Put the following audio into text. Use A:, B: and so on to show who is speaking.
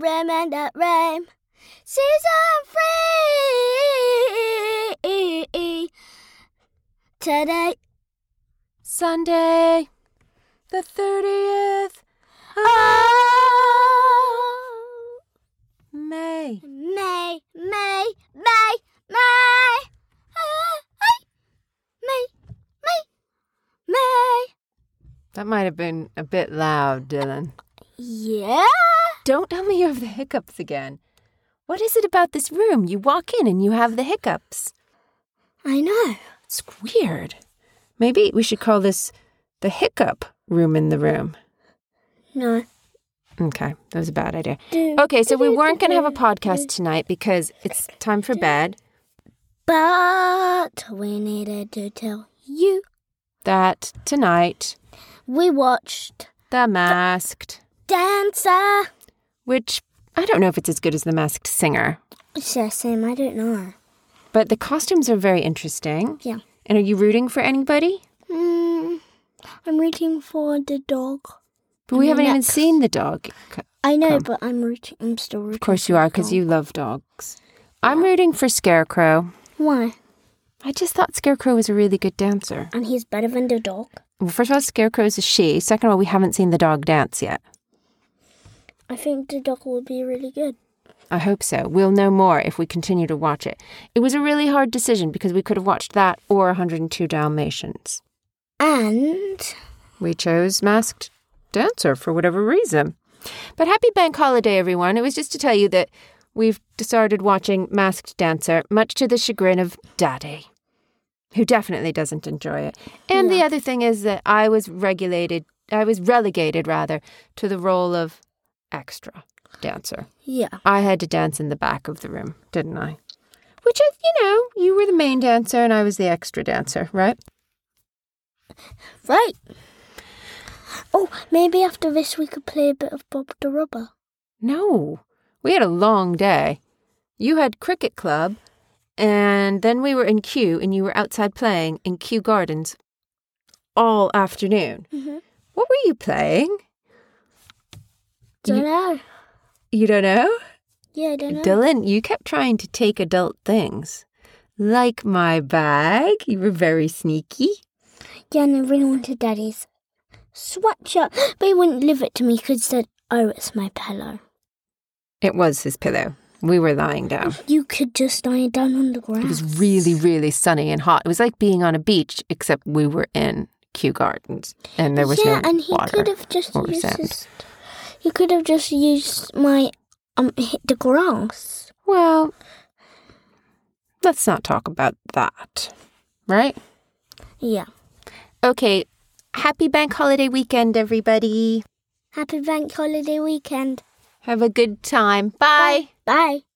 A: find a rhyme. Season free today.
B: Sunday, the 30th
A: Oh,
B: May.
A: May, May, May, May, May, May, May, May.
B: That might have been a bit loud, Dylan.
A: Yeah.
B: Don't tell me you have the hiccups again. What is it about this room? You walk in and you have the hiccups.
A: I know.
B: It's weird. Maybe we should call this the hiccup room in the room.
A: No.
B: Okay, that was a bad idea. Okay, so we weren't going to have a podcast tonight because it's time for bed.
A: But we needed to tell you.
B: That tonight,
A: We watched
B: The Masked,
A: Dancer.
B: which I don't know if it's as good as The Masked Singer,
A: It's the same, I don't know.
B: but the costumes are very interesting.
A: Yeah.
B: And are you rooting for anybody?
A: Hmm. I'm rooting for the dog.
B: But we haven't even
A: Next.
B: seen the dog. C-
A: I know, but I'm rooting. I'm still rooting.
B: Of course you are because you love dogs. I'm rooting for Scarecrow.
A: Why?
B: I just thought Scarecrow was a really good dancer.
A: And he's better than the dog.
B: Well, first of all, Scarecrow's a she. Second of all, we haven't seen the dog dance yet.
A: I think the dog will be really good.
B: I hope so. We'll know more if we continue to watch it. It was a really hard decision because we could have watched that or 102 Dalmatians.
A: And
B: We chose Masked Dancer for whatever reason. But happy bank holiday, everyone. It was just to tell you that we've started watching Masked Dancer, much to the chagrin of Daddy, who definitely doesn't enjoy it. And the other thing is that I was regulated, I was relegated, rather, to the role of extra dancer.
A: yeah,
B: I had to dance in the back of the room, didn't I? Which is, you know, you were the main dancer and I was the extra dancer, right?
A: right. Oh, maybe after this we could play a bit of Bob the Robber.
B: No, we had a long day. You had cricket club, and then we were in Kew, and you were outside playing in Kew Gardens all afternoon.
A: Mhm.
B: What were you playing?
A: Don't know.
B: You don't know?
A: Yeah, I don't know.
B: Dylan, you kept trying to take adult things. Like my bag. You were very sneaky.
A: yeah, and I really wanted Daddy's sweatshirt, but he wouldn't give it to me because he said, "Oh, it's my pillow."
B: It was his pillow. We were lying down.
A: You could just lie down on the ground.
B: It was really, really sunny and hot. It was like being on a beach, except we were in Kew Gardens and there was
A: yeah,
B: no
A: and he
B: water
A: could have just
B: or
A: used
B: sand.
A: his, he could have just used my um hit the grass.
B: Well, let's not talk about that, right?
A: Yeah.
B: Okay. Happy bank holiday weekend, everybody.
A: Happy bank holiday weekend.
B: Have a good time. Bye.
A: Bye.